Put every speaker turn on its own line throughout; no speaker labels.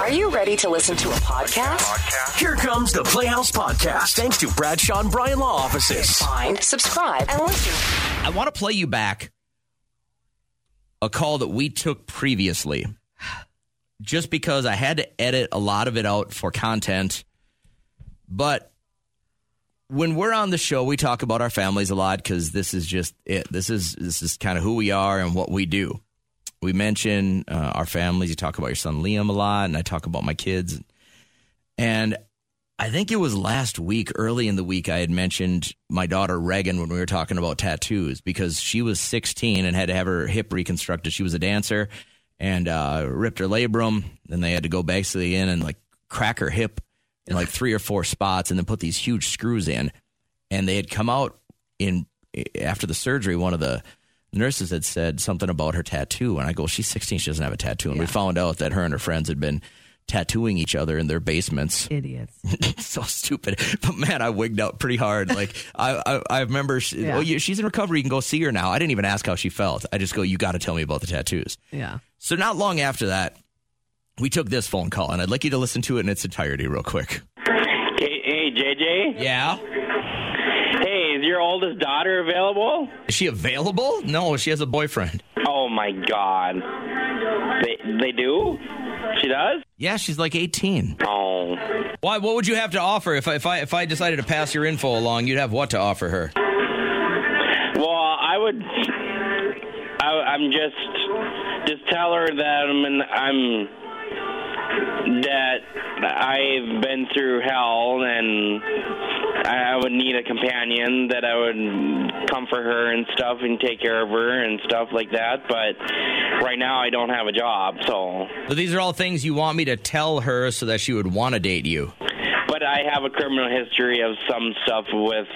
Are you ready to listen to a podcast?
Here comes the Playhouse Podcast, thanks to Bradshaw and Bryan Law Offices.
Find, subscribe, and listen.
I want to play you back a call that we took previously just because I had to edit a lot of it out for content. But when we're on the show, we talk about our families a lot because this is just it. This is this is kind of who we are and what we do. We mention uh, our families. You talk about your son Liam a lot, and I talk about my kids. And I think it was last week, early in the week, I had mentioned my daughter Reagan when we were talking about tattoos because she was 16 and had to have her hip reconstructed. She was a dancer and uh, ripped her labrum. Then they had to go basically in and like crack her hip in like three or four spots and then put these huge screws in. And they had come out in eh, after the surgery. One of the nurses had said something about her tattoo. And I go, she's 16. She doesn't have a tattoo. And we found out that her and her friends had been tattooing each other in their basements
Idiots.
so stupid. But man, I wigged out pretty hard. Like I, I, I remember. She,
Yeah.
well, you, she's in recovery. You can go see her now. I didn't even ask how she felt. I just go. You got to tell me about the tattoos.
Yeah.
So not long after that, we took this phone call, and I'd like you to listen to it in its entirety, real quick.
Hey, hey, JJ.
Yeah.
Hey, is your oldest daughter available?
Is she available? No, she has a boyfriend.
Oh my God. They they do? She does?
Yeah, she's like 18.
Oh,
Why? What would you have to offer if I, if I if I decided to pass your info along? You'd have what to offer her?
well, I would. I, I'm just just tell her that I'm in, I'm that I've been through hell and I I would need a companion that I would comfort her and stuff and take care of her and stuff like that. But right now I don't have a job, so.
So these are all things you want me to tell her so that she would want to date you.
But I have a criminal history of some stuff with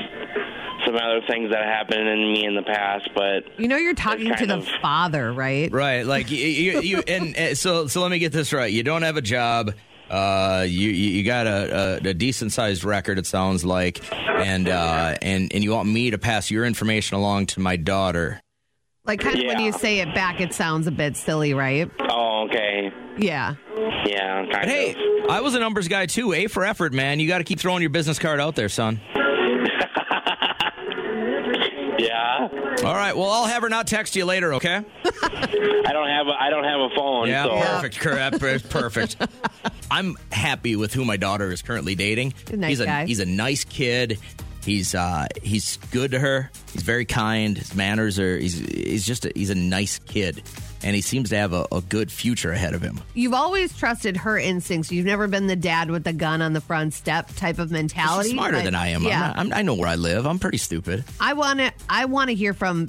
some other things that happened in me in the past. But
You know you're talking to
kind
the
of-
father, right?
Right. Like you, you, you and, and so so let me get this right. You don't have a job. Uh, you you you got a, a, a decent sized record. It sounds like, and uh, and and you want me to pass your information along to my daughter.
Like kind of when
Yeah.
you say it back, it sounds a bit silly, right?
oh, okay,
Yeah.
yeah, kind
But hey,
of.
I was a numbers guy too. A for effort, man. You got to keep throwing your business card out there, son.
Yeah,
All right. Well, I'll have her not text you later. Okay.
I don't have a, I don't have a phone.
Yeah,
so.
perfect. Correct. Perfect. I'm happy with who my daughter is currently dating.
He's a nice
he's a
guy.
he's a nice kid. He's uh he's good to her. He's very kind. His manners are he's he's just a, he's a nice kid, and he seems to have a, a good future ahead of him.
You've always trusted her instincts. You've never been the dad with the gun on the front step type of mentality.
She's smarter
but-
than I am. I'm
Yeah.
not- I'm, I know where I live. I'm pretty stupid.
I want to I want to hear from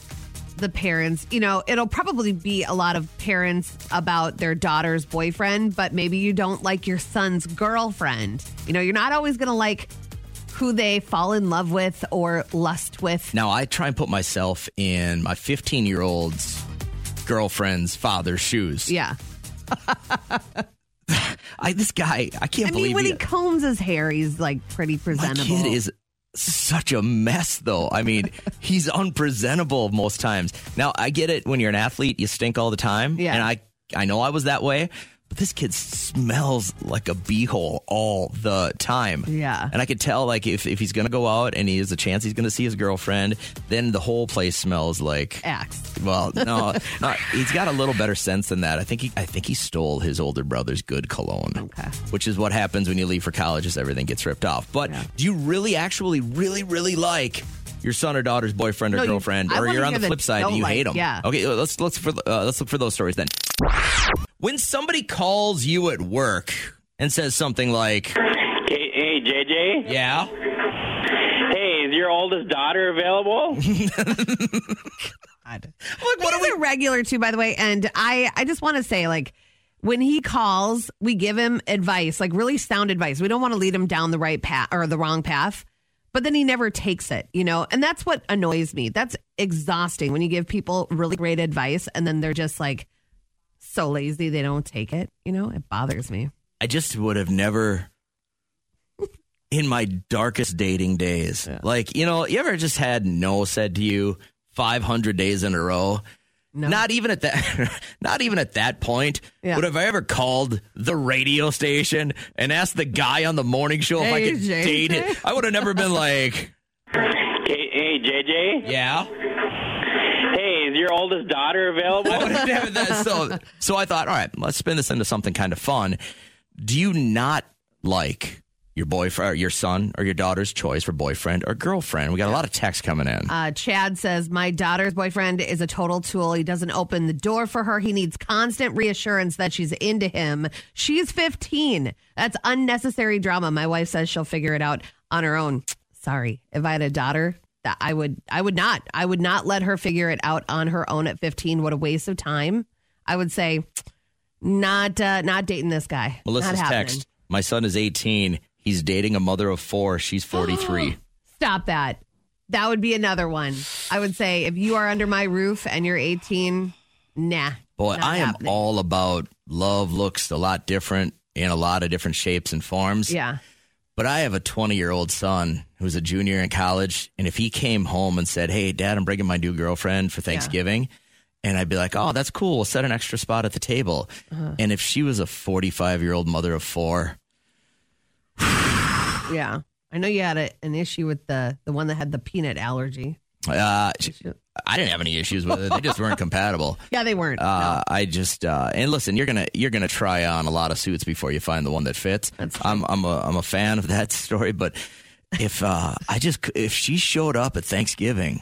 the parents. You know, it'll probably be a lot of parents about their daughter's boyfriend, but maybe you don't like your son's girlfriend. You know, you're not always going to like who they fall in love with or lust with.
Now I try and put myself in my 15 year old's girlfriend's father's shoes.
Yeah.
I, this guy, I can't
I
believe
mean, when
he-
he combs his hair, he's like pretty
My
presentable.
kid is such a mess, though. I mean, he's unpresentable most times. Now, I get it. When you're an athlete, you stink all the time.
Yeah.
And I, I know I was that way. But this kid smells like a beehole all the time.
Yeah.
And I could tell, like, if, if he's going to go out and he has a chance he's going to see his girlfriend, then the whole place smells like
Axe.
well, no, not, he's got a little better sense than that. I think he, I think he stole his older brother's good cologne,
Okay.
which is what happens when you leave for college, is everything gets ripped off. But do you really, actually, really, really like your son or daughter's boyfriend or
No, you-
girlfriend,
I
or
wanna
you're on
hear
the
the
flip side and
don't
you
like,
hate them?
yeah.
Okay, let's let's for uh, let's look for those stories then. When somebody calls you at work and says something like,
Hey, hey, JJ.
"Yeah."
Hey, is your oldest daughter available?
Look, what
He's
are we
a regular too, by the way. And I, I just want to say, like, when he calls, we give him advice, like really sound advice. We don't want to lead him down the right path or the wrong path, but then he never takes it, you know. And that's what annoys me. That's exhausting when you give people really great advice and then they're just like so lazy they don't take it. You know, it bothers me.
I just would have never in my darkest dating days. Like, you know, you ever just had no said to you 500 days in a row
No.
Not even at that. Not even at that point
Yeah.
would have I ever called the radio station and asked the guy on the morning show if I
Hey,
could
JJ.
date it. I would have never been like,
Hey, hey, JJ.
yeah.
Hey, is your oldest daughter available?
I would have never that. So, so I thought, all right, let's spin this into something kind of fun. Do you not like your boyfriend, or your son, or your daughter's choice for boyfriend or girlfriend? We got a lot of texts coming in.
Uh, Chad says, My daughter's boyfriend is a total tool. He doesn't open the door for her. He needs constant reassurance that she's into him. She's 15. That's unnecessary drama. My wife says she'll figure it out on her own. Sorry. If I had a daughter, that I would I would not. I would not let her figure it out on her own at 15. What a waste of time. I would say not uh, not dating this guy.
Melissa's
not happening.
text: My son is 18. He's dating a mother of four. She's 43.
Stop that. That would be another one. I would say if you are under my roof and you're 18, nah.
Boy,
not
I am
happening.
all about love. Looks a lot different in a lot of different shapes and forms.
Yeah.
But I have a 20 year old son who's a junior in college. And if he came home and said, Hey, dad, I'm bringing my new girlfriend for Thanksgiving. And I'd be like, Oh, that's cool. We'll set an extra spot at the table. And if she was a 45 year old mother of four,
Yeah. I know you had a, an issue with the the one that had the peanut allergy.
uh, she- I didn't have any issues with it. They just weren't compatible.
Yeah, they weren't.
Uh, I just uh, and listen, you're gonna you're gonna try on a lot of suits before you find the one that fits. I'm I'm a I'm a fan of that story, but if uh, I just c- if she showed up at Thanksgiving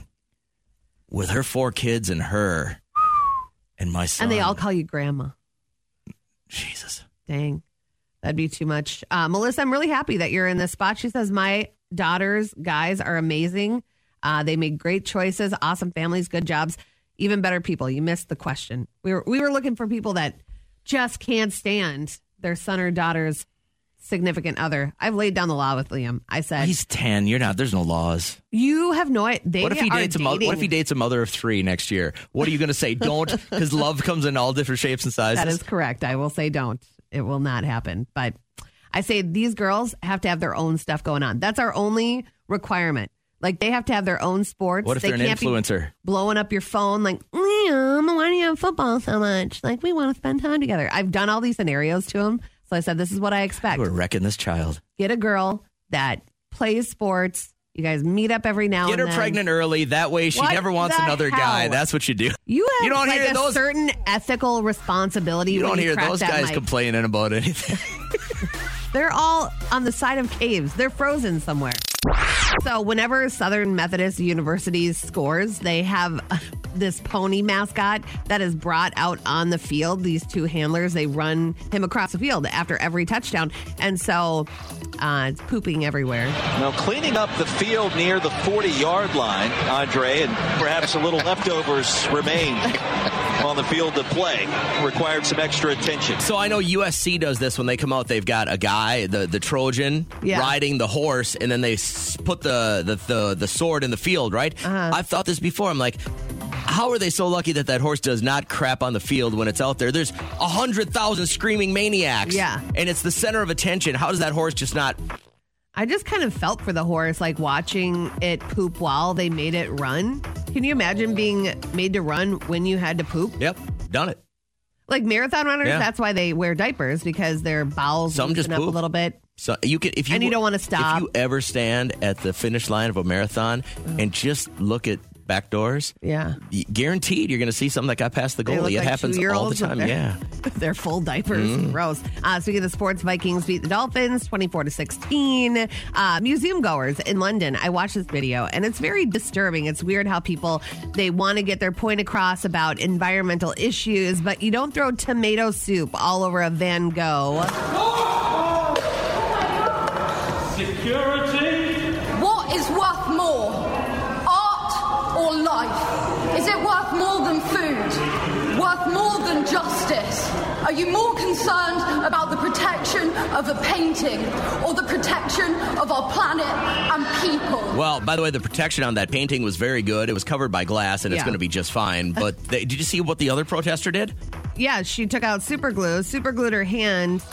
with her four kids and her and my son,
and they all call you grandma.
Jesus.
Dang. That'd be too much. Uh, Melissa, I'm really happy that you're in this spot. She says, My daughters, guys, are amazing. Uh, they made great choices, awesome families, good jobs, even better people. You missed the question. We were, we were looking for people that just can't stand their son or daughter's significant other. I've laid down the law with Liam. I said,
He's ten. You're not. There's no laws.
You have no idea.
What if he dates a mother? What if he dates a mother of three next year? What are you going to say? Don't because love comes in all different shapes and sizes.
That is correct. I will say don't. It will not happen. But I say these girls have to have their own stuff going on. That's our only requirement. Like they have to have their own sports.
What if
they
they're an
can't be
influencer?
blowing up your phone like, Liam, why do you have football so much? Like we want to spend time together. I've done all these scenarios to him. So I said, this is what I expect.
We're wrecking this child.
Get a girl that plays sports. You guys meet up every now
Get
and
her
then.
pregnant early. That way, she
Oh, What
never wants
the
another guy.
hell?
That's what you do.
You have
You don't
like
hear
a
those-
certain ethical responsibility.
You
when
don't hear
crack
those
that
guys
mic.
complaining about anything.
They're all on the side of caves. They're frozen somewhere. So whenever Southern Methodist University scores, they have uh, this pony mascot that is brought out on the field. These two handlers, they run him across the field after every touchdown. And so uh, it's pooping everywhere.
Now cleaning up the field near the 40-yard line, Andre, and perhaps a little leftovers remain on the field to play. Required some extra attention.
so I know USC does this when they come out. They've got a guy, the the Trojan,
Yeah.
riding the horse, and then they s- put the the the, the sword in the field. Right?
Uh-huh.
I've thought this before. I'm like. How are they so lucky that that horse does not crap on the field when it's out there? There's a hundred thousand screaming maniacs,
Yeah.
and it's the center of attention. How does that horse just not?
I just kind of felt for the horse, like watching it poop while they made it run. Can you imagine being made to run when you had to poop?
Yep, done it.
Like marathon runners,
Yeah.
that's why they wear diapers because their bowels
Some just
loosen up a
poop.
little bit.
So you can if you
And you don't wanna stop. Mm.
If you ever stand at the finish line of a marathon and just look at back doors,
Yeah.
y- guaranteed you're going to see something that got past the
They
goalie.
look
it
like
happens all the
two-year-olds with
time.
their-
Yeah. Mm-hmm.
Their full diapers. Gross. Uh, speaking of the sports, Vikings beat the Dolphins 24 to 16. Uh, museum goers in London, I watched this video and it's very disturbing. It's weird how people, they want to get their point across about environmental issues, but you don't throw tomato soup all over a Van Gogh.
Security.
What is worth more, art or life? Is it worth more than food? Worth more than justice? Are you more concerned about the protection of a painting or the protection of our planet and people?
Well, by the way, the protection on that painting was very good. It was covered by glass, and it's
Yeah.
going to be just fine. But they, did you see what the other protester did?
Yeah, she took out super glue, super glued her hand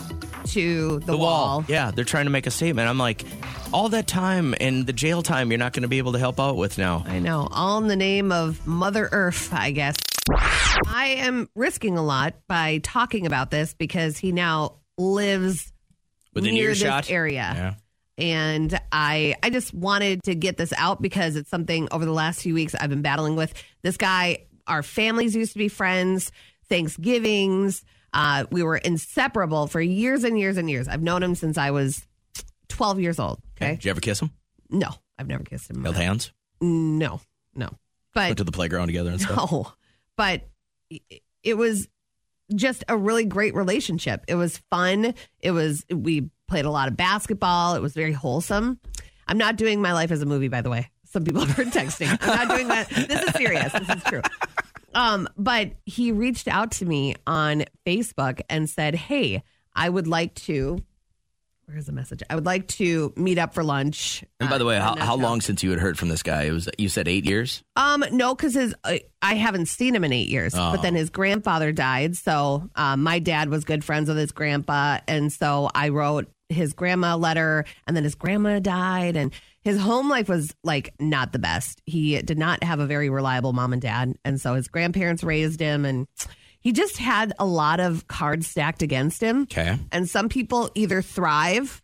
to the, wall.
Yeah, they're trying to make a statement. I'm like, all that time and the jail time, you're not going to be able to help out with now.
I know, all in the name of Mother Earth, I guess. I am risking a lot by talking about this because he now lives
Within
near
earshot?
this area.
Yeah.
And I I just wanted to get this out because it's something over the last few weeks I've been battling with. This guy, our families used to be friends, Thanksgivings, uh, we were inseparable for years and years and years. I've known him since I was 12 years old. Okay.
Did you ever kiss him?
No, I've never kissed him. in my
Held
life.
hands?
No, no. But
Went to the playground together and stuff?
no, but it- it was just a really great relationship. It was fun. It was we played a lot of basketball. It was very wholesome. I'm not doing my life as a movie, by the way. Some people are texting. I'm not doing that. This is serious. This is true. Um, but he reached out to me on Facebook and said, "Hey, I would like to." Where's the message? I would like to meet up for lunch.
And by the way,
uh,
how,
in a
how
town."
long since you had heard from this guy? It was you said eight years.
Um, no, because his I, I haven't seen him in eight years. But
Oh.
then his grandfather died, so um, my dad was good friends with his grandpa, and so I wrote his grandma a letter, and then his grandma died, and his home life was like not the best. He did not have a very reliable mom and dad, and so his grandparents raised him, and he just had a lot of cards stacked against him.
Okay.
And some people either thrive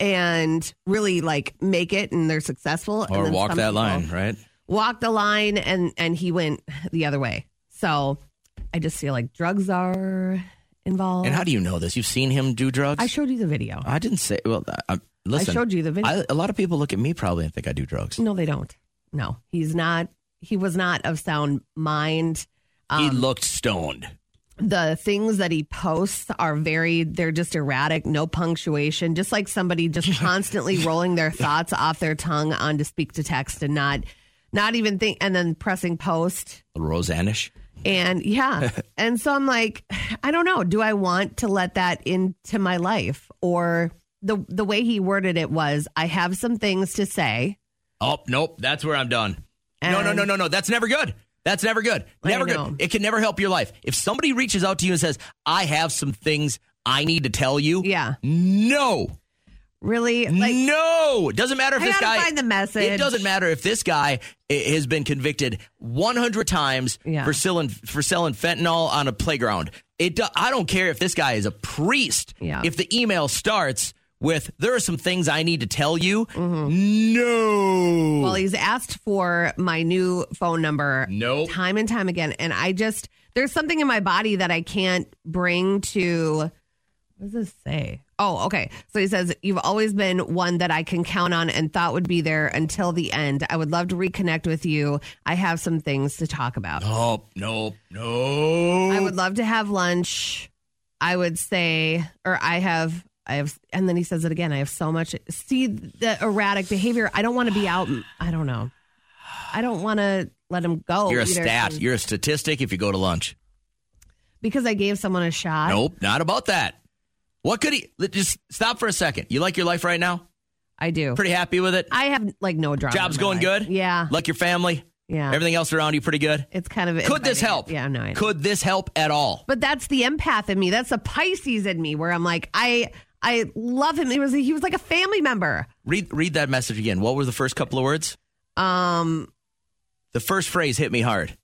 and really like make it and they're successful and
Or
then
walk
some
that
people-
line, right?
walked the line and and he went the other way so i just feel like drugs are involved
And how do you know this? You've seen him do drugs?
Oh. i showed you the video
I didn't say. Well, I, I- listen.
showed you the video.
I- A lot of people look at me probably and think I do drugs.
no they don't no he's not he was not of sound mind Um,
he looked stoned.
the things that he posts are very they're just erratic no punctuation just like somebody just constantly rolling their thoughts off their tongue onto speak to text and not not even think and then pressing post
Roseanne-ish.
And yeah. and so I'm like, I don't know. Do I want to let that into my life? Or the the way he worded it was, I have some things to say.
Oh nope, that's where I'm done. no, no,
And-
no, no, no. That's never good. That's never good.
I
Never
know.
good. It can never help your life. If somebody reaches out to you and says, "I have some things I need to tell you,"
Yeah.
no,
Really? Like
no. It doesn't matter if
I
this
gotta
guy.
find the message.
It doesn't matter if this guy i- has been convicted 100 times
Yeah.
for selling for selling fentanyl on a playground. It. Do, I don't care if this guy is a priest.
Yeah.
If the email starts with "There are some things I need to tell you," no.
Mm-hmm. Well, he's asked for my new phone number
Nope.
time and time again. And I just, there's something in my body that I can't bring to, what does this say? Oh, okay. So he says, You've always been one that I can count on and thought would be there until the end. I would love to reconnect with you. I have some things to talk about.
Nope, nope, no.
I would love to have lunch. I would say, or I have, I have, and then he says it again. I have so much. See the erratic behavior. I don't want to be out. I don't know. I don't want to let him go.
You're a
either.
stat. You're a statistic if you go to lunch.
because I gave someone a shot.
Nope, not about that. What could he? let- Just stop for a second. You like your life right now?
I do.
Pretty happy with it?
I have like no drama.
Job's
in my
going
life.
good?
Yeah.
Like your family?
Yeah.
Everything else around you pretty good?
it's kind of.
Could this
inviting.
help?
Yeah, no. I know.
Could this help at all?
But that's the empath in me. That's the Pisces in me, where I'm like, I, I love him. He was, he was like a family member.
Read read that message again. What were the first couple of words?
Um,
The first phrase hit me hard.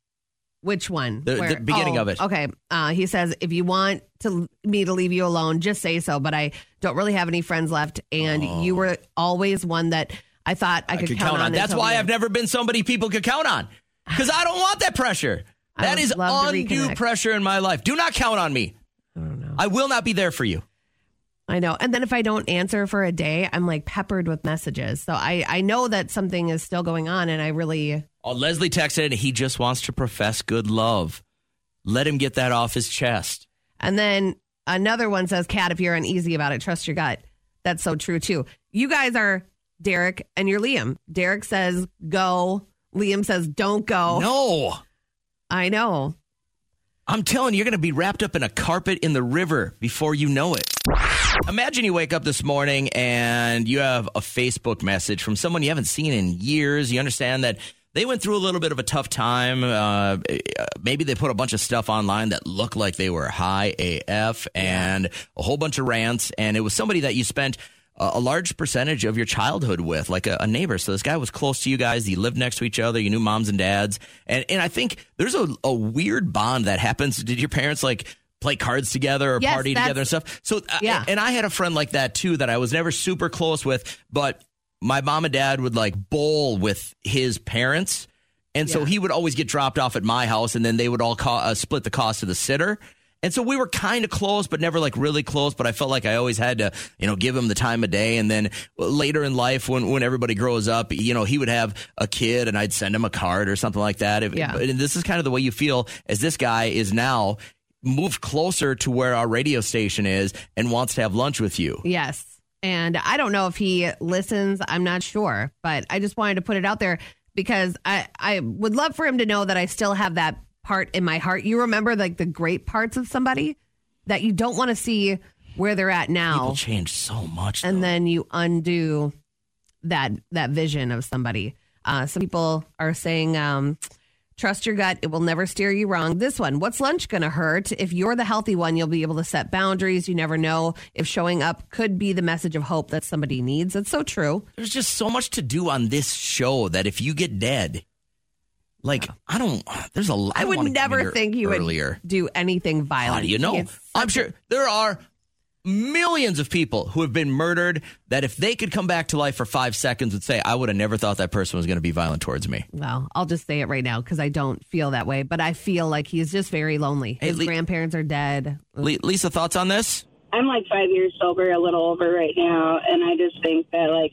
Which one?
The- the beginning of it.
Okay. Uh, he says, if you want to me to leave you alone, just say so. But I don't really have any friends left, and you were always one that I thought I,
Oh. I could count, on. That's
until
why
the
I've
end."
never been somebody people could count on. Because I don't want that pressure.
I
That
would
is
love to
undue
reconnect.
pressure in my life. Do not count on me. I, will not be there for you.
I know. And then if I don't answer for a day, I'm like peppered with messages. So I I know that something is still going on, and I really
Oh, Leslie texted, he just wants to profess good love. Let him get that off his chest.
And then another one says, Kat, if you're uneasy about it, trust your gut. That's so true, too. You guys are Derek and you're Liam. Derek says, go. Liam says, don't go.
No.
I know.
I'm telling you, you're going to be wrapped up in a carpet in the river before you know it. Imagine you wake up this morning and you have a Facebook message from someone you haven't seen in years. You understand that they went through a little bit of a tough time. Uh, maybe they put a bunch of stuff online that looked like they were high AF and a whole bunch of rants. And it was somebody that you spent a, a large percentage of your childhood with, like a, a neighbor. So this guy was close to you guys. You lived next to each other. You knew moms and dads. And and I think there's a, a weird bond that happens. Did your parents like play cards together or
Yes,
party
that's-
together and stuff? So I-
Yeah.
and I had a friend like that too that I was never super close with, but my mom and dad would like bowl with his parents. And so he would always get dropped off at my house, and then they would all co- uh, split the cost of the sitter. And so we were kind of close, but never like really close. But I felt like I always had to, you know, give him the time of day. And then later in life, when when everybody grows up, you know, he would have a kid, and I'd send him a card or something like that. If-
Yeah.
And this is kind of the way you feel as this guy is now moved closer to where our radio station is and wants to have lunch with you.
Yes. And I don't know if he listens. I'm not sure, but I just wanted to put it out there because I, I would love for him to know that I still have that part in my heart. You remember like the great parts of somebody that you don't want to see where they're at now.
People change so much.
And
though.
then you undo that that vision of somebody. Uh, some people are saying, um, trust your gut; it will never steer you wrong. This one, what's lunch going to hurt? If you're the healthy one, you'll be able to set boundaries. You never know if showing up could be the message of hope that somebody needs. That's so true.
there's just so much to do on this show that if you get dead, like I don't, there's a lot.
I, would
wanna get in
never
here
think you
earlier.
would do anything violent.
How do you know?
It's-
I'm sure there are millions of people who have been murdered that if they could come back to life for five seconds would say, I would have never thought that person was going to be violent towards me.
Well, I'll just say it right now because I don't feel that way, but I feel like he's just very lonely.
Hey,
His
Lee-
grandparents are dead.
Le- Lisa, thoughts on this?
I'm like five years sober, a little over right now, and I just think that like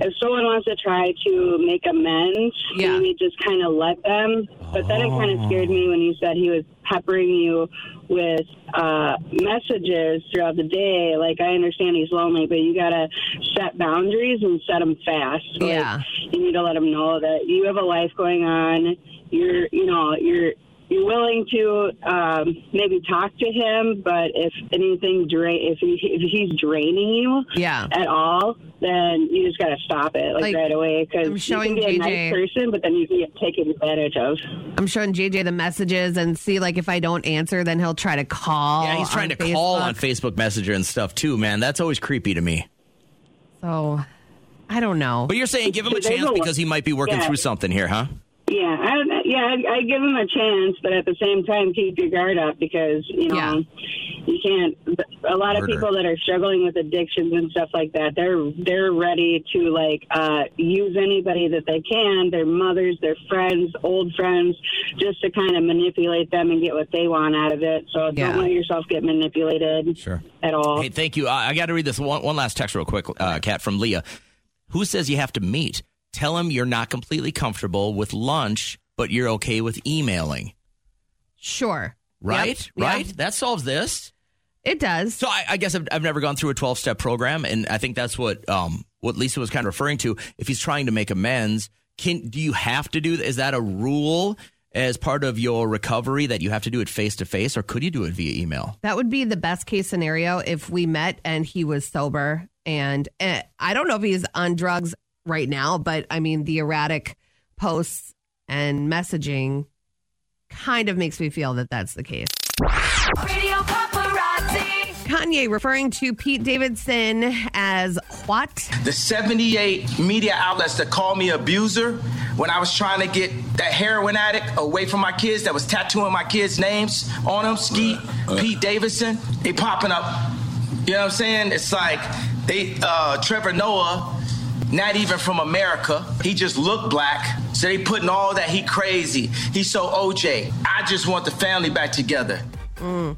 if someone wants to try to make amends,
Yeah.
maybe just kind of let them. But then it kind of scared me when you said he was peppering you with uh, messages throughout the day. Like I understand he's lonely, but you gotta set boundaries and set them fast. Like,
Yeah.
you need to let them know that you have a life going on. You're, you know, you're you're willing to um, maybe talk to him, but if anything drain, if he if he's draining you
Yeah.
at all, then you just got to stop it like,
Like,
right away
I'm
because you
showing
can be
JJ
a nice person, but then you can get taken advantage of.
I'm showing JJ the messages and see like if I don't answer, then he'll try to call.
yeah, he's trying to
Oh, on
call
Facebook.
on Facebook Messenger and stuff too, man. That's always creepy to me.
So I don't know.
But you're saying give him a
There's a
chance
lot-
because he might be working
Yeah.
through something here, huh?
Yeah, I would, yeah, I'd, I'd give him a chance, but at the same time, keep your guard up because you know
Yeah.
you can't. A lot
Murder.
of people that are struggling with addictions and stuff like that, they're they're ready to like uh, use anybody that they can, their mothers, their friends, old friends, just to kind of manipulate them and get what they want out of it. So
Yeah.
don't let yourself get manipulated
Sure.
at all.
Hey, thank you. I, I got to read this one, one last text real quick, uh, Kat, from Leah. Who says you have to meet? Tell him you're not completely comfortable with lunch, but you're okay with emailing.
Sure.
Right?
Yep. Yeah.
Right? That solves this.
It does.
So I, I guess I've, I've never gone through a 12 step program. And I think that's what, um, what Lisa was kind of referring to. If he's trying to make amends, can, do you have to do, is that a rule as part of your recovery that you have to do it face to face or could you do it via email?
That would be the best case scenario if we met and he was sober. And eh, I don't know if he's on drugs right now, but I mean, the erratic posts and messaging kind of makes me feel that that's the case.
Radio Paparazzi.
Kanye referring to Pete Davidson as what?
The 78 media outlets that called me abuser when I was trying to get that heroin addict away from my kids that was tattooing my kids' names on them, Skeet, Pete Davidson, they popping up. You know what I'm saying? It's like they uh, Trevor Noah, not even from America. He just looked black. So they putting all that he crazy. He's so OJ. I just want the family back together.
Okay.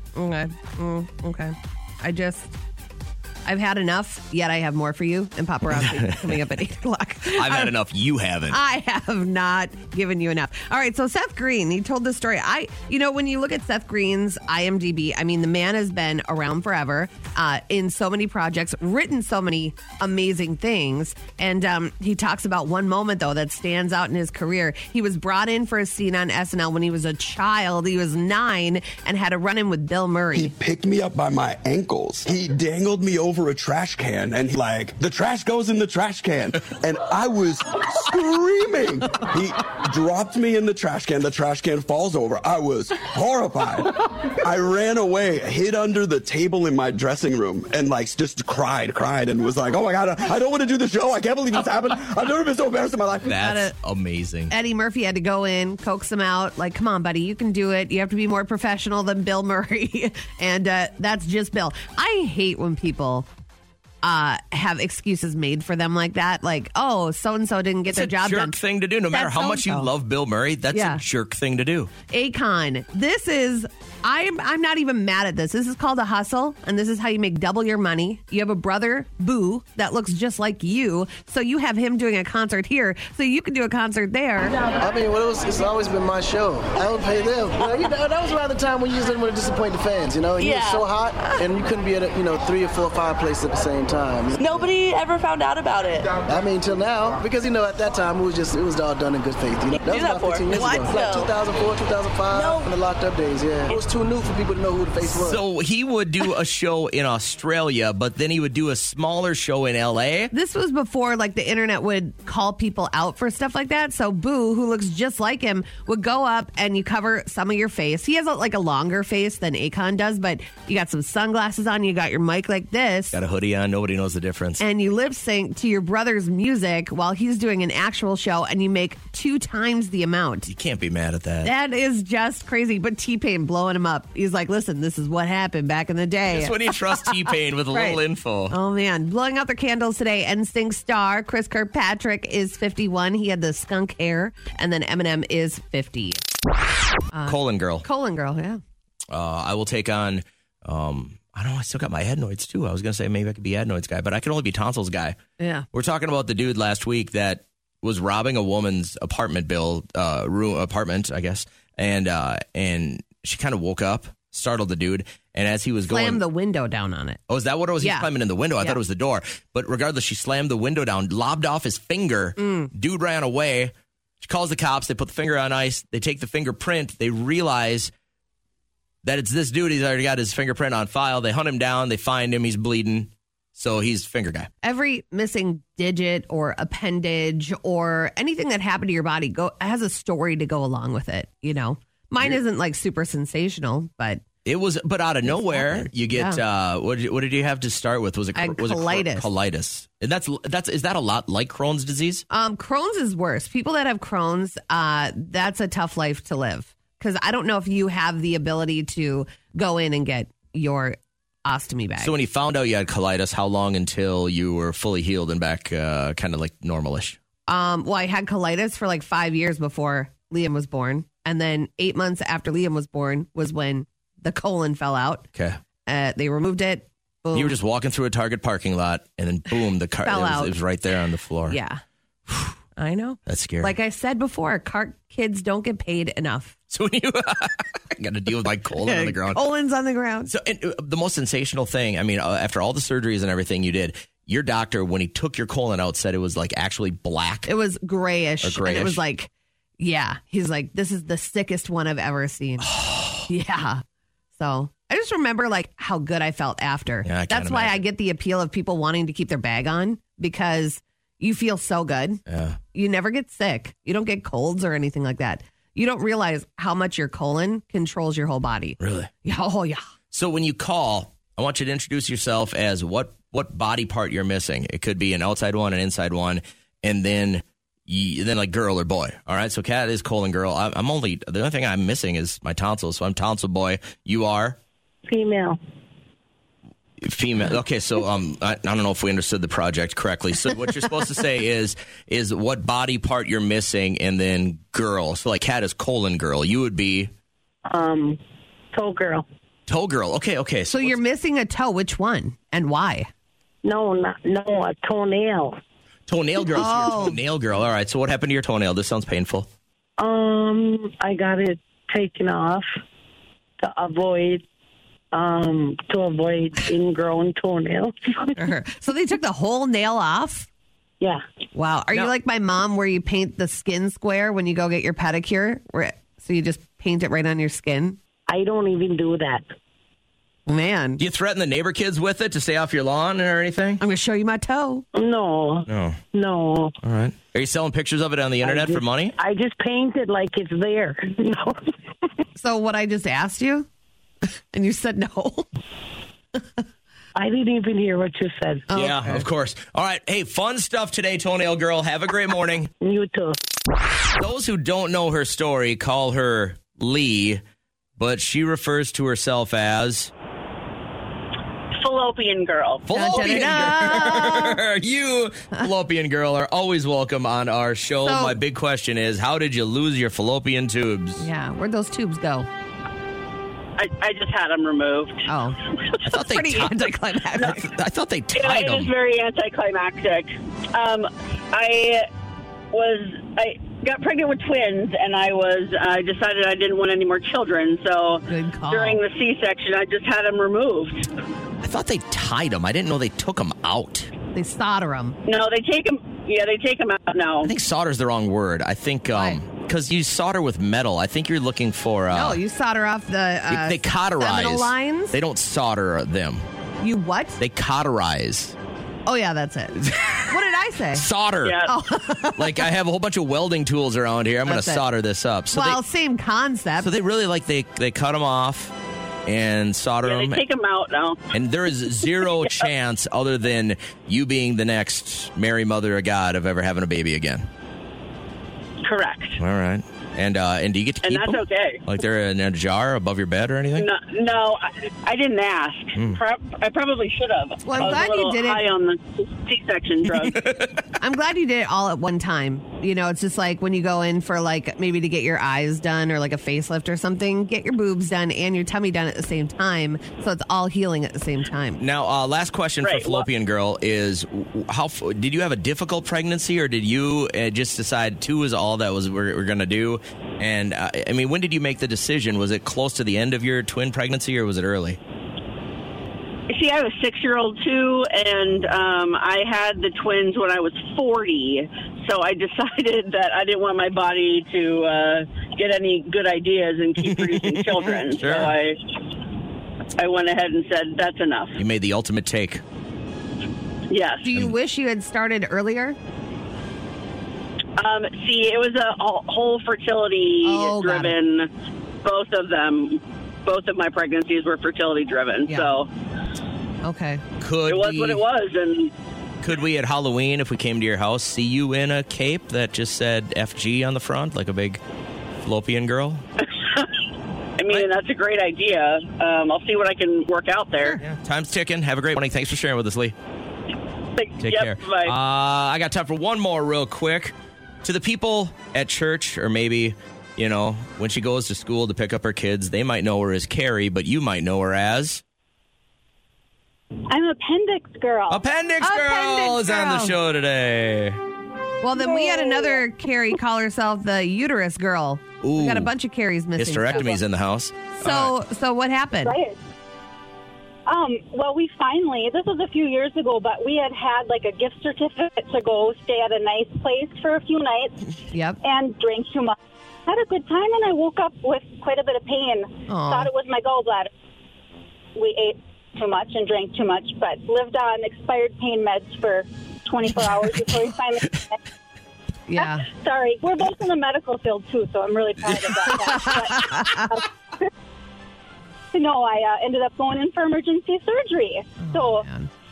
Mm, okay. I just, I've had enough, yet I have more for you and paparazzi coming up at 8 o'clock. Um,
I've had enough. You haven't.
I have not given you enough. All right, so Seth Green, he told this story. I, you know, when you look at Seth Green's IMDb, I mean, the man has been around forever, uh, in so many projects, written so many amazing things, and um, he talks about one moment though that stands out in his career. He was brought in for a scene on SNL when he was a child. He was nine and had a run-in with Bill Murray.
He picked me up by my ankles. He dangled me over over a trash can and he like the trash goes in the trash can and I was screaming. He dropped me in the trash can. The trash can falls over. I was horrified. I ran away, hid under the table in my dressing room and like just cried, cried and was like, "Oh my god, I I don't want to do the show. I can't believe this happened. I've never been so embarrassed in my life."
That's amazing.
Eddie Murphy had to go in, coax him out. Like, come on, buddy, you can do it. You have to be more professional than Bill Murray. and uh, that's just Bill. I hate when people uh, have excuses made for them like that. Like, oh, so and so didn't get
It's
their
a
job
jerk
done.
thing to do. No matter
That's
how much you
so-and-so.
love Bill Murray, that's
Yeah.
a jerk thing to do.
Akon, this is I'm I'm not even mad at this. This is called a hustle, and this is how you make double your money. You have a brother, Boo, that looks just like you, so you have him doing a concert here, so you can do a concert there.
I mean, well, it was, it's always been my show. I would pay them. You know, you know, that was around the time when you just didn't want to disappoint the fans. You know, you
Yeah.
were so hot, and you couldn't be at a, you know three or four or five places at the same time.
Nobody ever found out about it.
I mean, till now, because you know at that time it was just it was all done in good faith. You know, that
Do
was
that
about
for?
15 years
What?
ago, It was like
No.
2004, 2005, in the locked up days. Yeah, it was too new for people to know who the face was.
So he would do a show in Australia, but then he would do a smaller show in LA.
This was before like the internet would call people out for stuff like that. So Boo, who looks just like him, would go up and you cover some of your face. He has a, like a longer face than Akon does, but you got some sunglasses on, you got your mic like this.
Got a hoodie on, nobody knows the difference.
and you lip sync to your brother's music while he's doing an actual show and you make two times the amount.
You can't be mad at that.
That is just crazy. But T Pain blowing him up. He's like, listen, this is what happened back in the day.
That's when you trust T Pain with a
Right.
little info.
Oh man, blowing out their candles today. NSYNC star Chris Kirkpatrick is 51. He had the skunk hair, and then Eminem is 50. Uh-huh.
Colon Girl.
Colon girl, yeah.
Uh, I will take on. Um, I don't know. I still got my adenoids too. I was gonna say maybe I could be adenoids guy, but I can only be tonsils guy.
Yeah.
We're talking about the dude last week that was robbing a woman's apartment bill, uh, room apartment, I guess, and uh, and she kind of woke up, startled the dude, and as he was
Slam
going,
the window down on it.
oh, is that what it was? He
Yeah.
was climbing in the window. I
Yeah.
thought it was the door, but regardless, she slammed the window down, lobbed off his finger.
Mm.
Dude ran away. She calls the cops. They put the finger on ice. They take the fingerprint. They realize that it's this dude. He's already got his fingerprint on file. They hunt him down. They find him. He's bleeding. So he's finger guy.
Every missing digit or appendage or anything that happened to your body go has a story to go along with it, you know. Mine isn't like super sensational, but
It was, but out of nowhere,
happened.
you get uh, what? Did you, what did you have to start with? Was it
I-
cr- was it cr-
colitis.
colitis, and that's that's is that a lot like Crohn's disease?
Um, Crohn's is worse. People that have Crohn's, uh, that's a tough life to live because I don't know if you have the ability to go in and get your ostomy bag.
So when you found out you had colitis, how long until you were fully healed and back, uh, kind of like normalish?
um, well, I had colitis for like five years before Liam was born, and then eight months after Liam was born was when the colon fell out.
Okay,
Uh, they removed it. Boom.
you were just walking through a Target parking lot, and then boom, the car
Fell
it was,
out.
it was right there on the floor.
yeah. I know.
that's scary.
Like I said before, car kids don't get paid enough.
so when you got to deal with my colon on the ground.
Colon's on the ground.
So and, uh, the most sensational thing, I mean, uh, after all the surgeries and everything you did, your doctor when he took your colon out said it was like actually black.
It was grayish.
Or
And it was
Oh, grayish.
like, yeah. He's like, this is the sickest one I've ever seen. yeah. So I just remember like how good I felt after.
Yeah, I can't
That's why I
imagine.
get the appeal of people wanting to keep their bag on because you feel so good.
Yeah.
You never get sick. You don't get colds or anything like that. You don't realize how much your colon controls your whole body.
Really?
Yeah, oh yeah.
So when you call, I want you to introduce yourself as what what body part you're missing. It could be an outside one, an inside one, and then you, then like girl or boy. All right. So cat is colon girl. I'm, I'm only the only thing I'm missing is my tonsils. So I'm tonsil boy. You are
Female.
female. Okay. So um, I, I don't know if we understood the project correctly. So what you're supposed to say is is what body part you're missing, and then girl. So like cat is colon girl. You would be
Um, toe girl.
toe girl. Okay. Okay.
So you're missing a toe. Which one and why?
No, not, no, a toenail.
Toenail girl. So you're toenail girl. All right. So what happened to your toenail? This sounds painful.
Um, I got it taken off to avoid, um, to avoid ingrown toenails.
so they took the whole nail off.
yeah.
Wow. Are
No.
you like my mom where you paint the skin square when you go get your pedicure? Where so you just paint it right on your skin?
I don't even do that.
Man.
Do you threaten the neighbor kids with it to stay off your lawn or anything? I'm
going to show you my toe.
No.
No.
No. All
right. Are you selling pictures of it on the internet
just-
for money?
I just painted like it's there. No.
so what I just asked you, and you said no.
I didn't even hear what you said.
yeah, Oh, of course. All right. Hey, fun stuff today, Toenail Girl. Have a great morning.
You too.
Those who don't know her story call her Lee, but she refers to herself as
Fallopian girl.
Fallopian girl. you fallopian girl are always welcome on our show.
So-
My big question is, how did you lose your fallopian tubes?
Yeah, where'd those tubes go?
I, I just had them removed.
Oh,
I thought they
Pretty
tied-
anticlimactic.
I, th- I thought they
Yeah,
tied
it is
them.
very anticlimactic. Um, I was I got pregnant with twins, and I was I decided I didn't want any more children. So
Oh.
call.
during the C-section, I just had them removed.
I thought they tied them. I didn't know they took them out.
They solder them.
No, they take them. Yeah, they take them out now.
I think solder's the wrong word. I think um because you solder with metal. I think you're looking for uh
no, Oh, you solder off the uh,
they cauterize.
seminal lines.
They don't solder them.
You what?
They cauterize.
Oh yeah, that's it. what did I say?
Solder. Yeah. like I have a whole bunch of welding tools around here. I'm going to
Oh. That's it.
solder this up. So
well,
they
same concept.
so they really like they they cut them off and solder
They
them.
take them out now.
and there is zero chance other than you being the next Mary Mother of God of ever having a baby again.
Correct.
All right. And uh, and do you get to
And
keep
that's
them?
okay.
Like they're in a jar above your bed or anything?
No, no I, I didn't ask.
Hmm.
Pro- I probably should have.
Well, I'm
I was
glad
a
you
little
did it.
high on the C-section drug.
I'm glad you did it all at one time. You know, it's just like when you go in for like maybe to get your eyes done or like a facelift or something, get your boobs done and your tummy done at the same time. So it's all healing at the same time.
Now, uh, last question
Right,
for Fallopian Girl is: w- How f- did you have a difficult pregnancy, or did you uh, just decide two is all that was we're, we're going to do? And uh, I mean, when did you make the decision? Was it close to the end of your twin pregnancy, or was it early?
See, I have a six year old too, and um, I had the twins when I was 40. So I decided that I didn't want my body to uh, get any good ideas and keep producing children.
Sure.
So I, I went ahead and said, that's enough.
You made the ultimate take.
Yes.
Do you wish you had started earlier?
Um, see, it was a whole- whole fertility driven, both of them. Both of my pregnancies were fertility driven. So
Okay.
Could
it was
we,
what it was. And
Could we at Halloween, if we came to your house, see you in a cape that just said FG on the front, like a big Fallopian Girl?
I mean, that's a great idea. Um, I'll see what I can work out there.
Time's ticking. Have a great morning. Thanks for sharing with us, Lee. Take
Yep,
care.
bye.
Uh, I got time for one more, real quick. To the people at church, or maybe, you know, when she goes to school to pick up her kids, they might know her as Carrie, but you might know her as.
I'm appendix girl.
Appendix Girl is on the show today.
Well, then we had another Carrie call herself the uterus girl. We got a bunch of Carries missing.
Hysterectomy's in the house.
So, so what happened?
Right. Um, well, we finally, this was a few years ago, but we had had like a gift certificate to go stay at a nice place for a few nights.
Yep.
And drank too much. Had a good time, and I woke up with quite a bit of pain.
Aw.
Thought it was my gallbladder. We ate too much and drank too much, but lived on expired pain meds for 24 hours before we finally.
Yeah.
Sorry, we're both in the medical field too, so I'm really proud about that. But, uh, no, I uh, ended up going in for emergency surgery. so,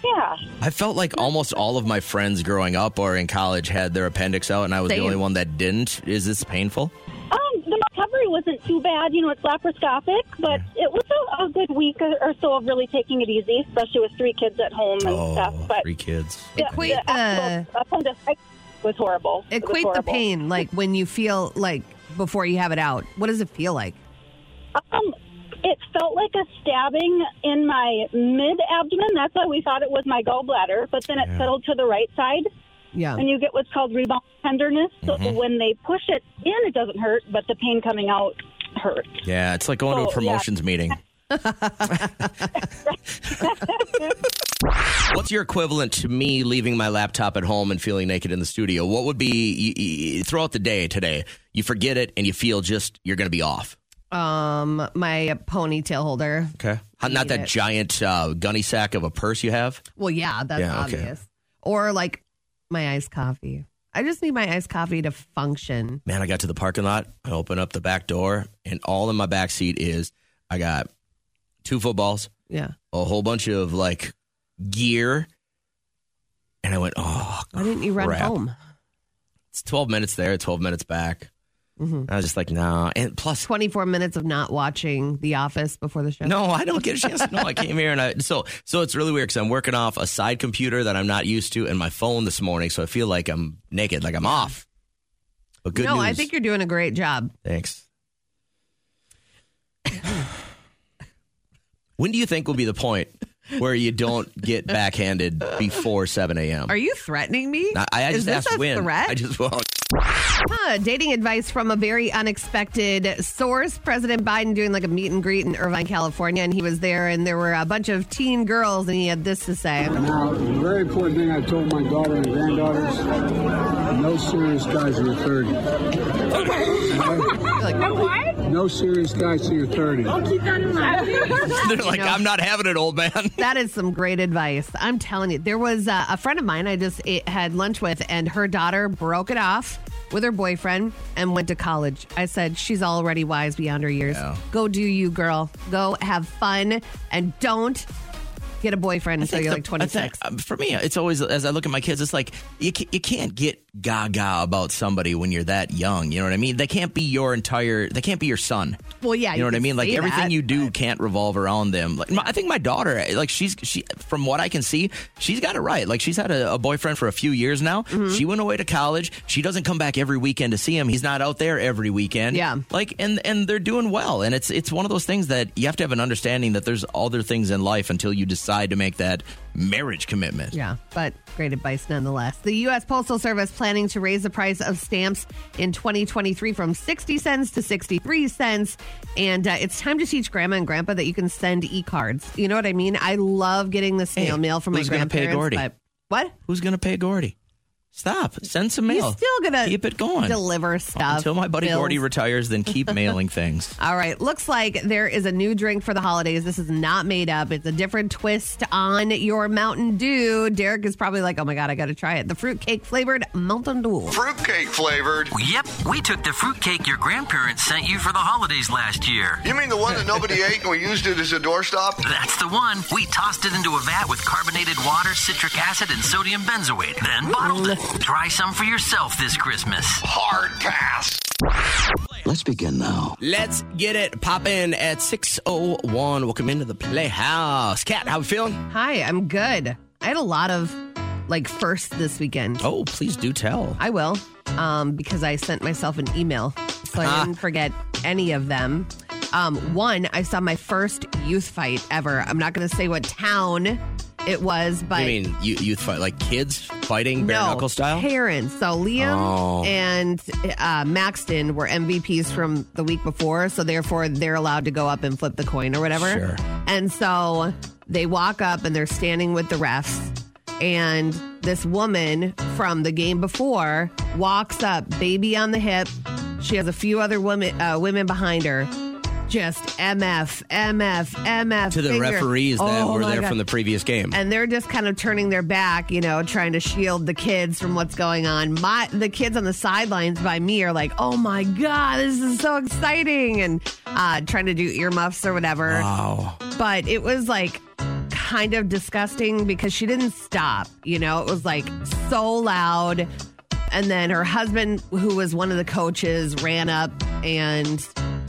yeah.
I felt like almost all of my friends growing up or in college had their appendix out, and I was
Same.
the only one that didn't. Is this painful?
Um, the recovery wasn't too bad. You know, it's laparoscopic, but it was a, a good week or or so of really taking it easy, especially with three kids at home and stuff. But
Oh, Three kids.
the,
Equate
the actual appendicitis was horrible. It was
Equate the
horrible.
pain, like when you feel like before you have it out. What does it feel like?
Um, it felt like a stabbing in my mid abdomen. That's why we thought it was my gallbladder, but then it settled to the right side.
Yeah.
And you get what's called rebound tenderness. So when they push it in, it doesn't hurt, but the pain coming out hurts.
Yeah, it's like going to
Oh,
a
yeah.
promotions meeting. What's your equivalent to me leaving my laptop at home and feeling naked in the studio? What would be y- y- throughout the day today? You forget it and you feel just you're going to be off.
Um, my ponytail holder.
Okay. Huh, Not
need
that
it.
giant uh, gunny sack of a purse you have.
Well, yeah, that's
Yeah, okay.
obvious. Or like my iced coffee. I just need my iced coffee to function.
Man, I got to the parking lot. I open up the back door, and all in my back seat is I got two footballs,
Yeah.
a whole bunch of like gear, and I went, oh,
Why didn't you run
Crap.
home?
it's twelve minutes there, twelve minutes back.
Mhm.
I was just like, nah. And plus,
24 minutes of not watching The Office before the show.
No, I don't get a chance. No, I came here and I so so it's really weird because I'm working off a side computer that I'm not used to and my phone this morning, so I feel like I'm naked, like I'm off. But good
no,
news.
I think you're doing a great job.
Thanks. when do you think will be the point where you don't get backhanded before seven a.m.?
Are you threatening me?
I, I
Is
just
this
asked
a
when.
threat?
I just well,
Huh, dating advice from a very unexpected source. President Biden doing like a meet and greet in Irvine, California, and he was there, and there were a bunch of teen girls, and he had this to say.
Now, the very important thing I told my daughter and granddaughters no serious guys in your 30s. No serious guys in your 30s.
they're like, I'm not having it, old man.
That is some great advice. I'm telling you. There was uh, a friend of mine I just ate, had lunch with, and her daughter broke it off with her boyfriend and went to college. I said, She's already wise beyond her years. Go do you, girl. Go have fun and don't get a boyfriend until you're like
the- I think-
26.
um, for me, it's always as I look at my kids, it's like you ca- you can't get gaga about somebody when you're that young. You know what I mean? They can't be your entire. They can't be your son.
Well, yeah,
you know what I
can
mean. Like
say
everything
that.
you do can't revolve around them. Like my, I think my daughter, like she's she from what I can see, she's got it right. Like she's had a, a boyfriend for a few years now.
Mm-hmm.
She went away to college. She doesn't come back every weekend to see him. He's not out there every weekend. Yeah, like and and they're doing well. And it's it's one of those things that you have to have an understanding that there's other things in life until you decide to make that marriage commitment.
Yeah, but great advice nonetheless. The U.S. Postal Service planning to raise the price of stamps in 2023 from 60 cents to 63 cents. And uh, it's time to teach grandma and grandpa that you can send e cards. You know what I mean? I love getting the snail
Hey,
mail from my
who's gonna
grandparents.
pay Gordy?
But what?
Who's going to pay Gordy? Stop. Send some mail.
You're still going to
keep it going.
deliver stuff.
Until my buddy
bills.
Gordy retires, then keep mailing things.
All right. Looks like there is a new drink for the holidays. This is not made up. It's a different twist on your Mountain Dew. Derek is probably like, oh my God, I got to try it. The fruitcake flavored Mountain Dew.
Fruitcake flavored. Yep, we took the fruitcake your grandparents sent you for the holidays last year.
You mean the one that nobody ate and we used it as a doorstop?
That's the one. We tossed it into a vat with carbonated water, citric acid, and sodium benzoate, then bottled it. Try some for yourself this Christmas. Hard pass.
Let's begin now. Let's get it poppin' at 601. Welcome into the Playhouse. Kat, how we feeling?
Hi, I'm good. I had a lot of like first this weekend.
Oh, please do tell.
I will, um, because I sent myself an email, so
Ah.
I didn't forget any of them. Um, one, I saw my first youth fight ever. I'm not going to say what town it was, but
you mean you, youth fight, like kids fighting bare
no,
knuckle style?
Parents. So Liam
Oh.
and uh, Maxton were MVPs from the week before, so therefore they're allowed to go up and flip the coin or whatever.
Sure.
And so they walk up and they're standing with the refs. And this woman from the game before walks up, baby on the hip. She has a few other women uh, women behind her. Just MF, MF, MF.
To the
finger.
referees that
Oh
were
my
there
God.
from the previous game.
And they're just kind of turning their back, you know, trying to shield the kids from what's going on. My the kids on the sidelines by me are like, "Oh my god, this is so exciting!" and uh, trying to do earmuffs or whatever.
Wow.
But it was like kind of disgusting because she didn't stop. You know, it was like so loud. And then her husband, who was one of the coaches, ran up and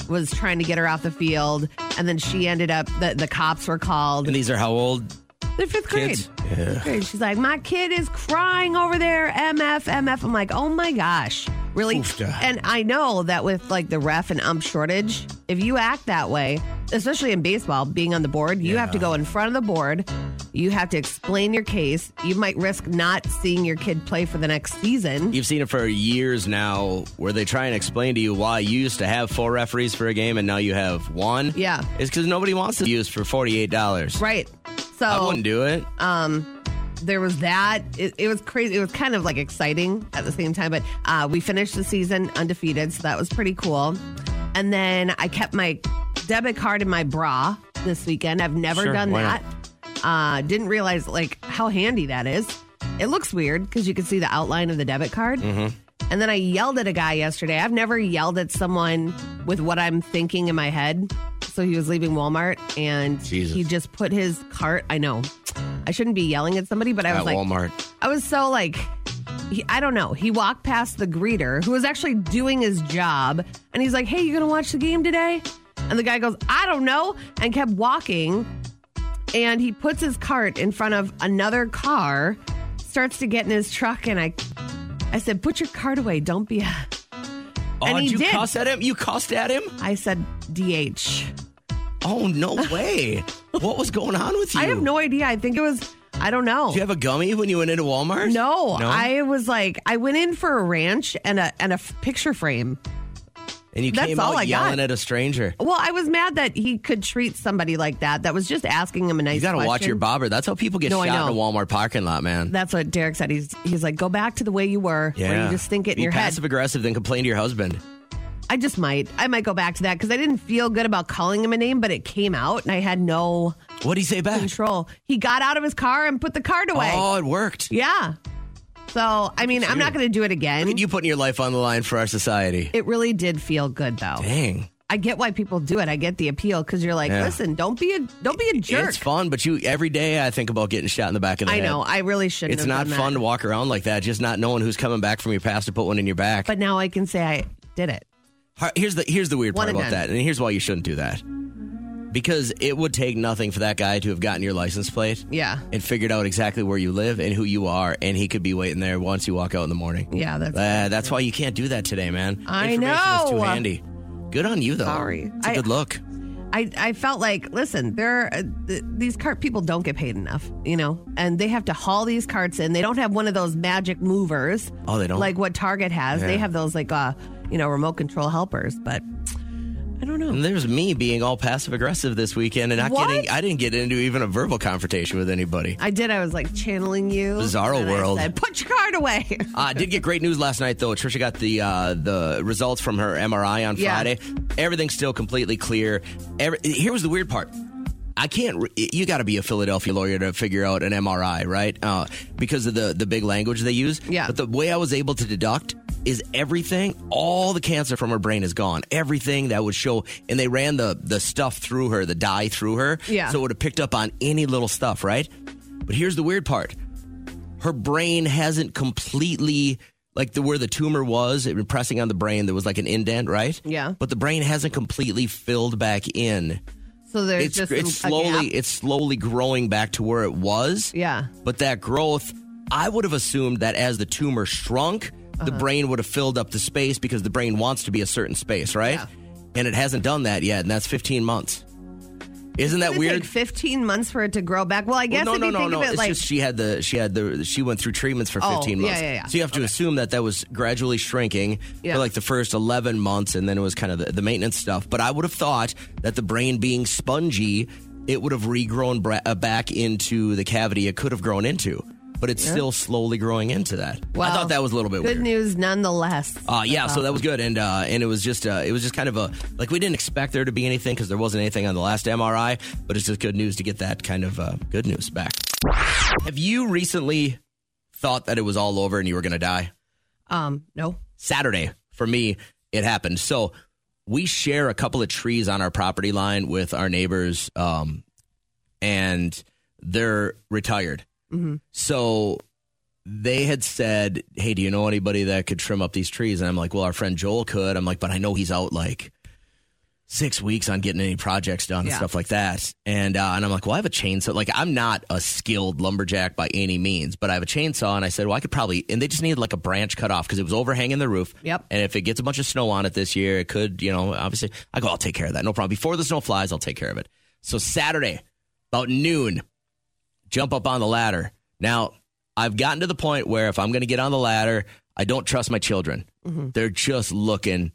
was trying to get her off the field. And then she ended up, the, the cops were called.
And these are how old?
They're fifth grade.
Kids? Yeah.
Fifth grade. She's like, my kid is crying over there. MF, MF. I'm like, oh my gosh. Really? And I know that with like the ref and ump shortage, if you act that way, especially in baseball, being on the board, you have to go in front of the board. You have to explain your case. You might risk not seeing your kid play for the next season.
You've seen it for years now where they try and explain to you why you used to have four referees for a game and now you have one.
Yeah.
It's because nobody wants to use for $48.
Right. So
I wouldn't do it.
um there was that it, it was crazy it was kind of like exciting at the same time but uh we finished the season undefeated so that was pretty cool and then i kept my debit card in my bra this weekend. I've never
Sure,
done
why
that. Uh, didn't realize like how handy that is. It looks weird because you can see the outline of the debit card.
Mm-hmm.
And then I yelled at a guy yesterday. I've never yelled at someone with what I'm thinking in my head. So he was leaving Walmart and
Jesus.
he just put his cart. I know I shouldn't be yelling at somebody, but I was
At
like,
Walmart.
I was so like, he, I don't know. He walked past the greeter who was actually doing his job and he's like, hey, you going to watch the game today? And the guy goes, I don't know, and kept walking and he puts his cart in front of another car, starts to get in his truck, and I, I said, "Put your cart away. Don't be." A...
Oh, did you cuss at him? You cussed at him?
I said, "DH."
Oh no way! what was going on with you?
I have no idea. I think it was. I don't know.
Did you have a gummy when you went into Walmart?
no,
no?
I was like, I went in for a ranch and a and a f- picture frame.
and you
that's
came
all
out
I got. Oh,
yelling at a stranger.
Well, I was mad that he could treat somebody like that. That was just asking him a nice.
You gotta watch
question.
your bobber. That's how people get
No, I
shot
know.
in a Walmart parking lot, man.
That's what Derek said. He's he's like, go back to the way you were, where you just think it in
Be
your head.
passive aggressive, then complain to your husband.
I just might. I might go back to that because I didn't feel good about calling him a name, but it came out and I had no.
What did he say back?
Control. He got out of his car and put the card away.
Oh, it worked.
Yeah. So I mean, I'm not going to do it again.
Look at you putting your life on the line for our society.
It really did feel good though.
Dang.
I get why people do it. I get the appeal because you're like,
Yeah.
listen, don't be a don't be a jerk.
It's fun, but you every day I think about getting shot in the back of the
I
head.
know. I really shouldn't.
It's
have
not
done that.
fun to walk around like that, just not knowing who's coming back from your past to put one in your back.
But now I can say I did it.
Har- Here's the here's the weird
One
part
and
about
done.
that, and here's why you shouldn't do that. Because it would take nothing for that guy to have gotten your license plate
Yeah.
and figured out exactly where you live and who you are, and he could be waiting there once you walk out in the morning.
Yeah, that's-
Uh, that's why you can't do that today, man.
I
Information is too
know.
handy. Good on you, though. Sorry, it's a
I-
good look.
I, I felt like, listen, there are, uh, th- these cart people don't get paid enough, you know, and they have to haul these carts in. They don't have one of those magic movers.
Oh, they don't?
Like what Target has. They
Yeah.
have those like, uh, you know, remote control helpers. But I don't know.
And there's me being all passive aggressive this weekend and not
What?
getting. I didn't get into even a verbal confrontation with anybody.
I did. I was like channeling you.
Bizarro
And I
world.
said, Put your card away.
Uh, I did get great news last night, though. Trisha got the uh, the results from her MRI on
Yeah.
Friday. Everything's still completely clear. Every, here was the weird part. I can't. re- You got to be a Philadelphia lawyer to figure out an MRI, right? Uh, because of the the big language they use.
Yeah.
But the way I was able to deduct is everything, all the cancer from her brain is gone. Everything that would show, and they ran the the stuff through her, the dye through her.
Yeah.
So it would have picked up on any little stuff, right? But here's the weird part her brain hasn't completely like the where the tumor was it was pressing on the brain there was like an indent right
Yeah.
but the brain hasn't completely filled back in
So there's
it's,
just
it's
a gap.
slowly it's slowly growing back to where it was
Yeah.
but that growth i would have assumed that as the tumor shrunk the
Uh-huh.
brain would have filled up the space because the brain wants to be a certain space right and it hasn't done that yet and that's 15 months isn't that
It's
weird
Take 15 months for it to grow back. Well, I guess
well,
if
no,
you
no,
think
no,
of
no.
it
It's
like
just she had the she had the she went through treatments for
Oh,
fifteen
yeah,
months.
yeah, yeah.
So you have to assume that that was gradually shrinking
Yeah.
for like the first eleven months, and then it was kind of the, the maintenance stuff. But I would have thought that the brain being spongy, it would have regrown bra- uh, back into the cavity it could have grown into, but it's
Yeah.
still slowly growing into that. I thought that was a little bit
good
weird.
news nonetheless.
Uh, yeah, so that was good, and uh, and it was just uh, it was just kind of a like we didn't expect there to be anything because there wasn't anything on the last MRI, but it's just good news to get that kind of uh, good news back. Have you recently thought that it was all over and you were going to die?
Um, no.
Saturday for me, it happened. So we share a couple of trees on our property line with our neighbors, um, and they're retired.
Mhm.
So they had said, "Hey, do you know anybody that could trim up these trees?" And I'm like, "Well, our friend Joel could." I'm like, "But I know he's out like six weeks on getting any projects done and
Yeah.
stuff like that." And uh, and I'm like, "Well, I have a chainsaw. Like, I'm not a skilled lumberjack by any means, but I have a chainsaw." And I said, "Well, I could probably." And they just needed like a branch cut off because it was overhanging the roof.
Yep.
And if it gets a bunch of snow on it this year, it could, you know, obviously, I go, "I'll take care of that. No problem. Before the snow flies, I'll take care of it." So Saturday, about noon, jump up on the ladder. Now, I've gotten to the point where if I'm going to get on the ladder, I don't trust my children.
Mhm.
They're just looking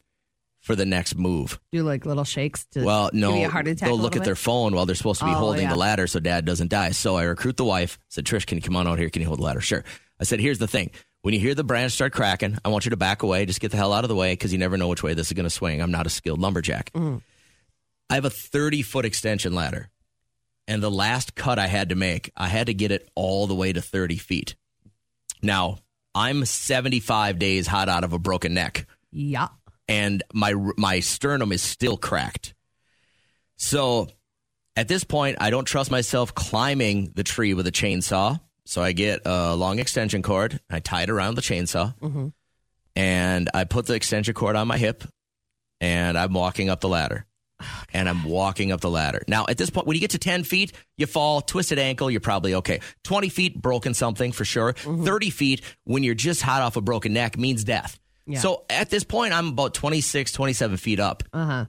for the next move.
Do like little shakes to
Well, no,
give you a heart attack.
they'll
a
look
little
at their
bit?
phone while they're supposed to be
Oh,
holding
yeah.
the ladder so dad doesn't die. So I recruit the wife, said, Trish, can you come on out here? Can you hold the ladder? Sure. I said, here's the thing. When you hear the branch start cracking, I want you to
Mm-hmm.
back away. Just get the hell out of the way because you never know which way this is going to swing. I'm not a skilled lumberjack. I have a 30 foot extension ladder. And the last cut I had to make, I had to get it all the way to 30 feet. Now, I'm 75 days hot out of a broken neck
Yeah.
and my my sternum is still cracked. So at this point, I don't trust myself climbing the tree with a chainsaw. So I get a long extension cord. I tie it around the chainsaw,
Mhm.
and I put the extension cord on my hip, and I'm walking up the ladder. And I'm walking up the ladder. Now, at this point, when you get to 10 feet, you fall, twisted ankle, you're probably okay. 20 feet, broken something for sure. 30 feet, when you're just hot off a broken neck, means death.
Yeah.
So at this point, I'm about 26, 27 feet up,
Uh huh.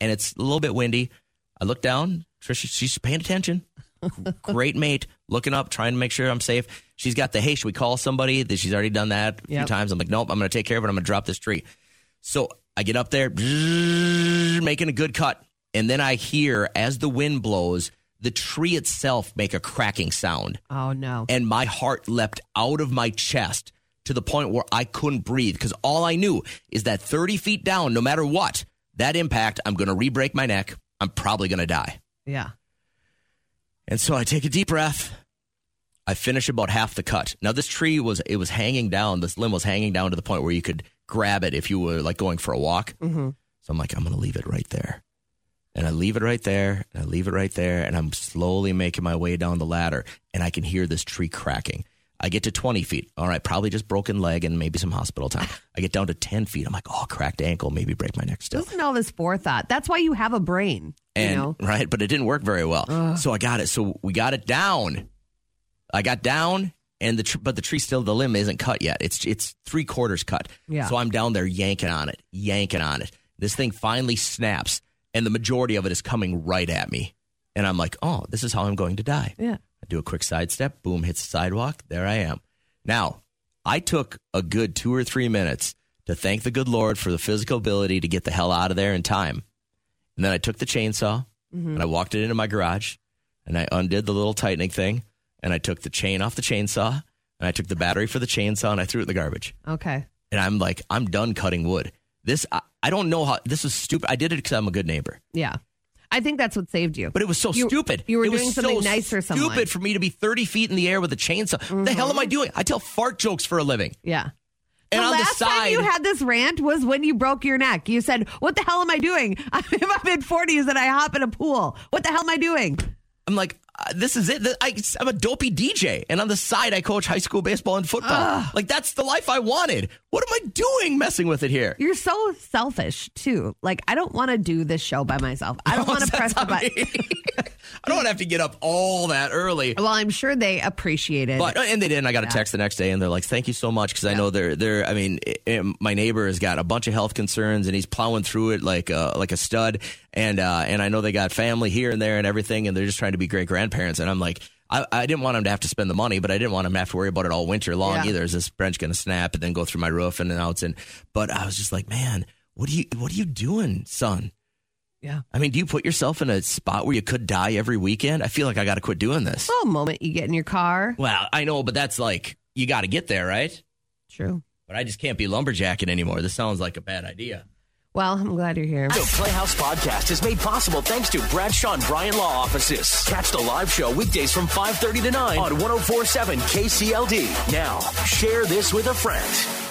and it's a little bit windy. I look down. Trisha, she's paying attention. Great mate, looking up, trying to make sure I'm safe. She's got the hey, should we call somebody? That she's already done that a few
Yep.
times. I'm like, nope, I'm going to take care of it. I'm going to drop this tree. So I get up there, making a good cut, and then I hear as the wind blows the tree itself make a cracking sound
Oh no.
and my heart leapt out of my chest to the point where I couldn't breathe because all I knew is that 30 feet down, no matter what, that impact, I'm going to re break my neck. I'm probably going to die.
Yeah.
And so I take a deep breath. I finish about half the cut. Now this tree was it was hanging down. This limb was hanging down to the point where you could grab it if you were like going for a walk.
Mm-hmm.
So I'm like, I'm going to leave it right there. And I leave it right there, and I leave it right there, and I'm slowly making my way down the ladder, and I can hear this tree cracking. I get to 20 feet. All right, probably just broken leg and maybe some hospital time. I get down to 10 feet. I'm like, oh, cracked ankle, maybe break my neck still.
Listen to all this forethought. That's why you have a brain.
And
you know.
right, but it didn't work very well. So I got it. So we got it down. I got down, and the tr- but the tree still the limb isn't cut yet. It's it's three quarters cut.
Yeah.
So I'm down there yanking on it, yanking on it. This thing finally snaps, and the majority of it is coming right at me. And I'm like, oh, this is how I'm going to die.
Yeah.
I do a quick sidestep, boom, hits the sidewalk. There I am. Now, I took a good two or three minutes to thank the good Lord for the physical ability to get the hell out of there in time. And then I took the chainsaw
Mhm.
and I walked it into my garage and I undid the little tightening thing and I took the chain off the chainsaw and I took the battery for the chainsaw and I threw it in the garbage.
Okay.
And I'm like, I'm done cutting wood. This, I, I don't know how, this is stupid. I did it because I'm a good neighbor.
Yeah. I think that's what saved you.
But it was so
You-
stupid.
You were
It was
doing something
so
nice for someone.
Stupid for me to be 30 feet in the air with a chainsaw. The hell am I doing? I tell fart jokes for a living.
Yeah.
And
the
on the
last time
side-
you had this rant was when you broke your neck. You said, "What the hell am I doing? I'm in my mid forties and I hop in a pool. What the hell am I doing?"
I'm like, uh, this is it. Th- I, I'm a dopey DJ, and on the side, I coach high school baseball and football. Like that's the life I wanted. What am I doing messing with it here?
You're so selfish too. Like I don't want to do this show by myself. I
Oh,
don't want to press the button.
I don't want to have to get up all that early.
Well, I'm sure they appreciate it.
But uh, and they didn't. I got
Yeah.
a text the next day, and they're like, "Thank you so much," because I know they're they're. I mean, i i- my neighbor has got a bunch of health concerns, and he's plowing through it like a like a stud. And uh, and I know they got family here and there and everything, and they're just trying to be great grandparents. And I'm like. I, I didn't want him to have to spend the money, but I didn't want him to have to worry about it all winter long
Yeah.
either. Is this branch going to snap and then go through my roof and then out? And but I was just like, man, what are you what are you doing, son?
Yeah.
I mean, do you put yourself in a spot where you could die every weekend? I feel like I got to quit doing this.
Well, the moment you get in your car,
Well, I know, but that's like you got to get there, right?
True.
But I just can't be lumberjacking anymore. This sounds like a bad idea.
Well, I'm glad you're here.
The Playhouse Podcast is made possible thanks to Bradshaw and Bryan Law Offices. Catch the live show weekdays from 5.30 to 9 on 104.7 KCLD. Now, share this with a friend.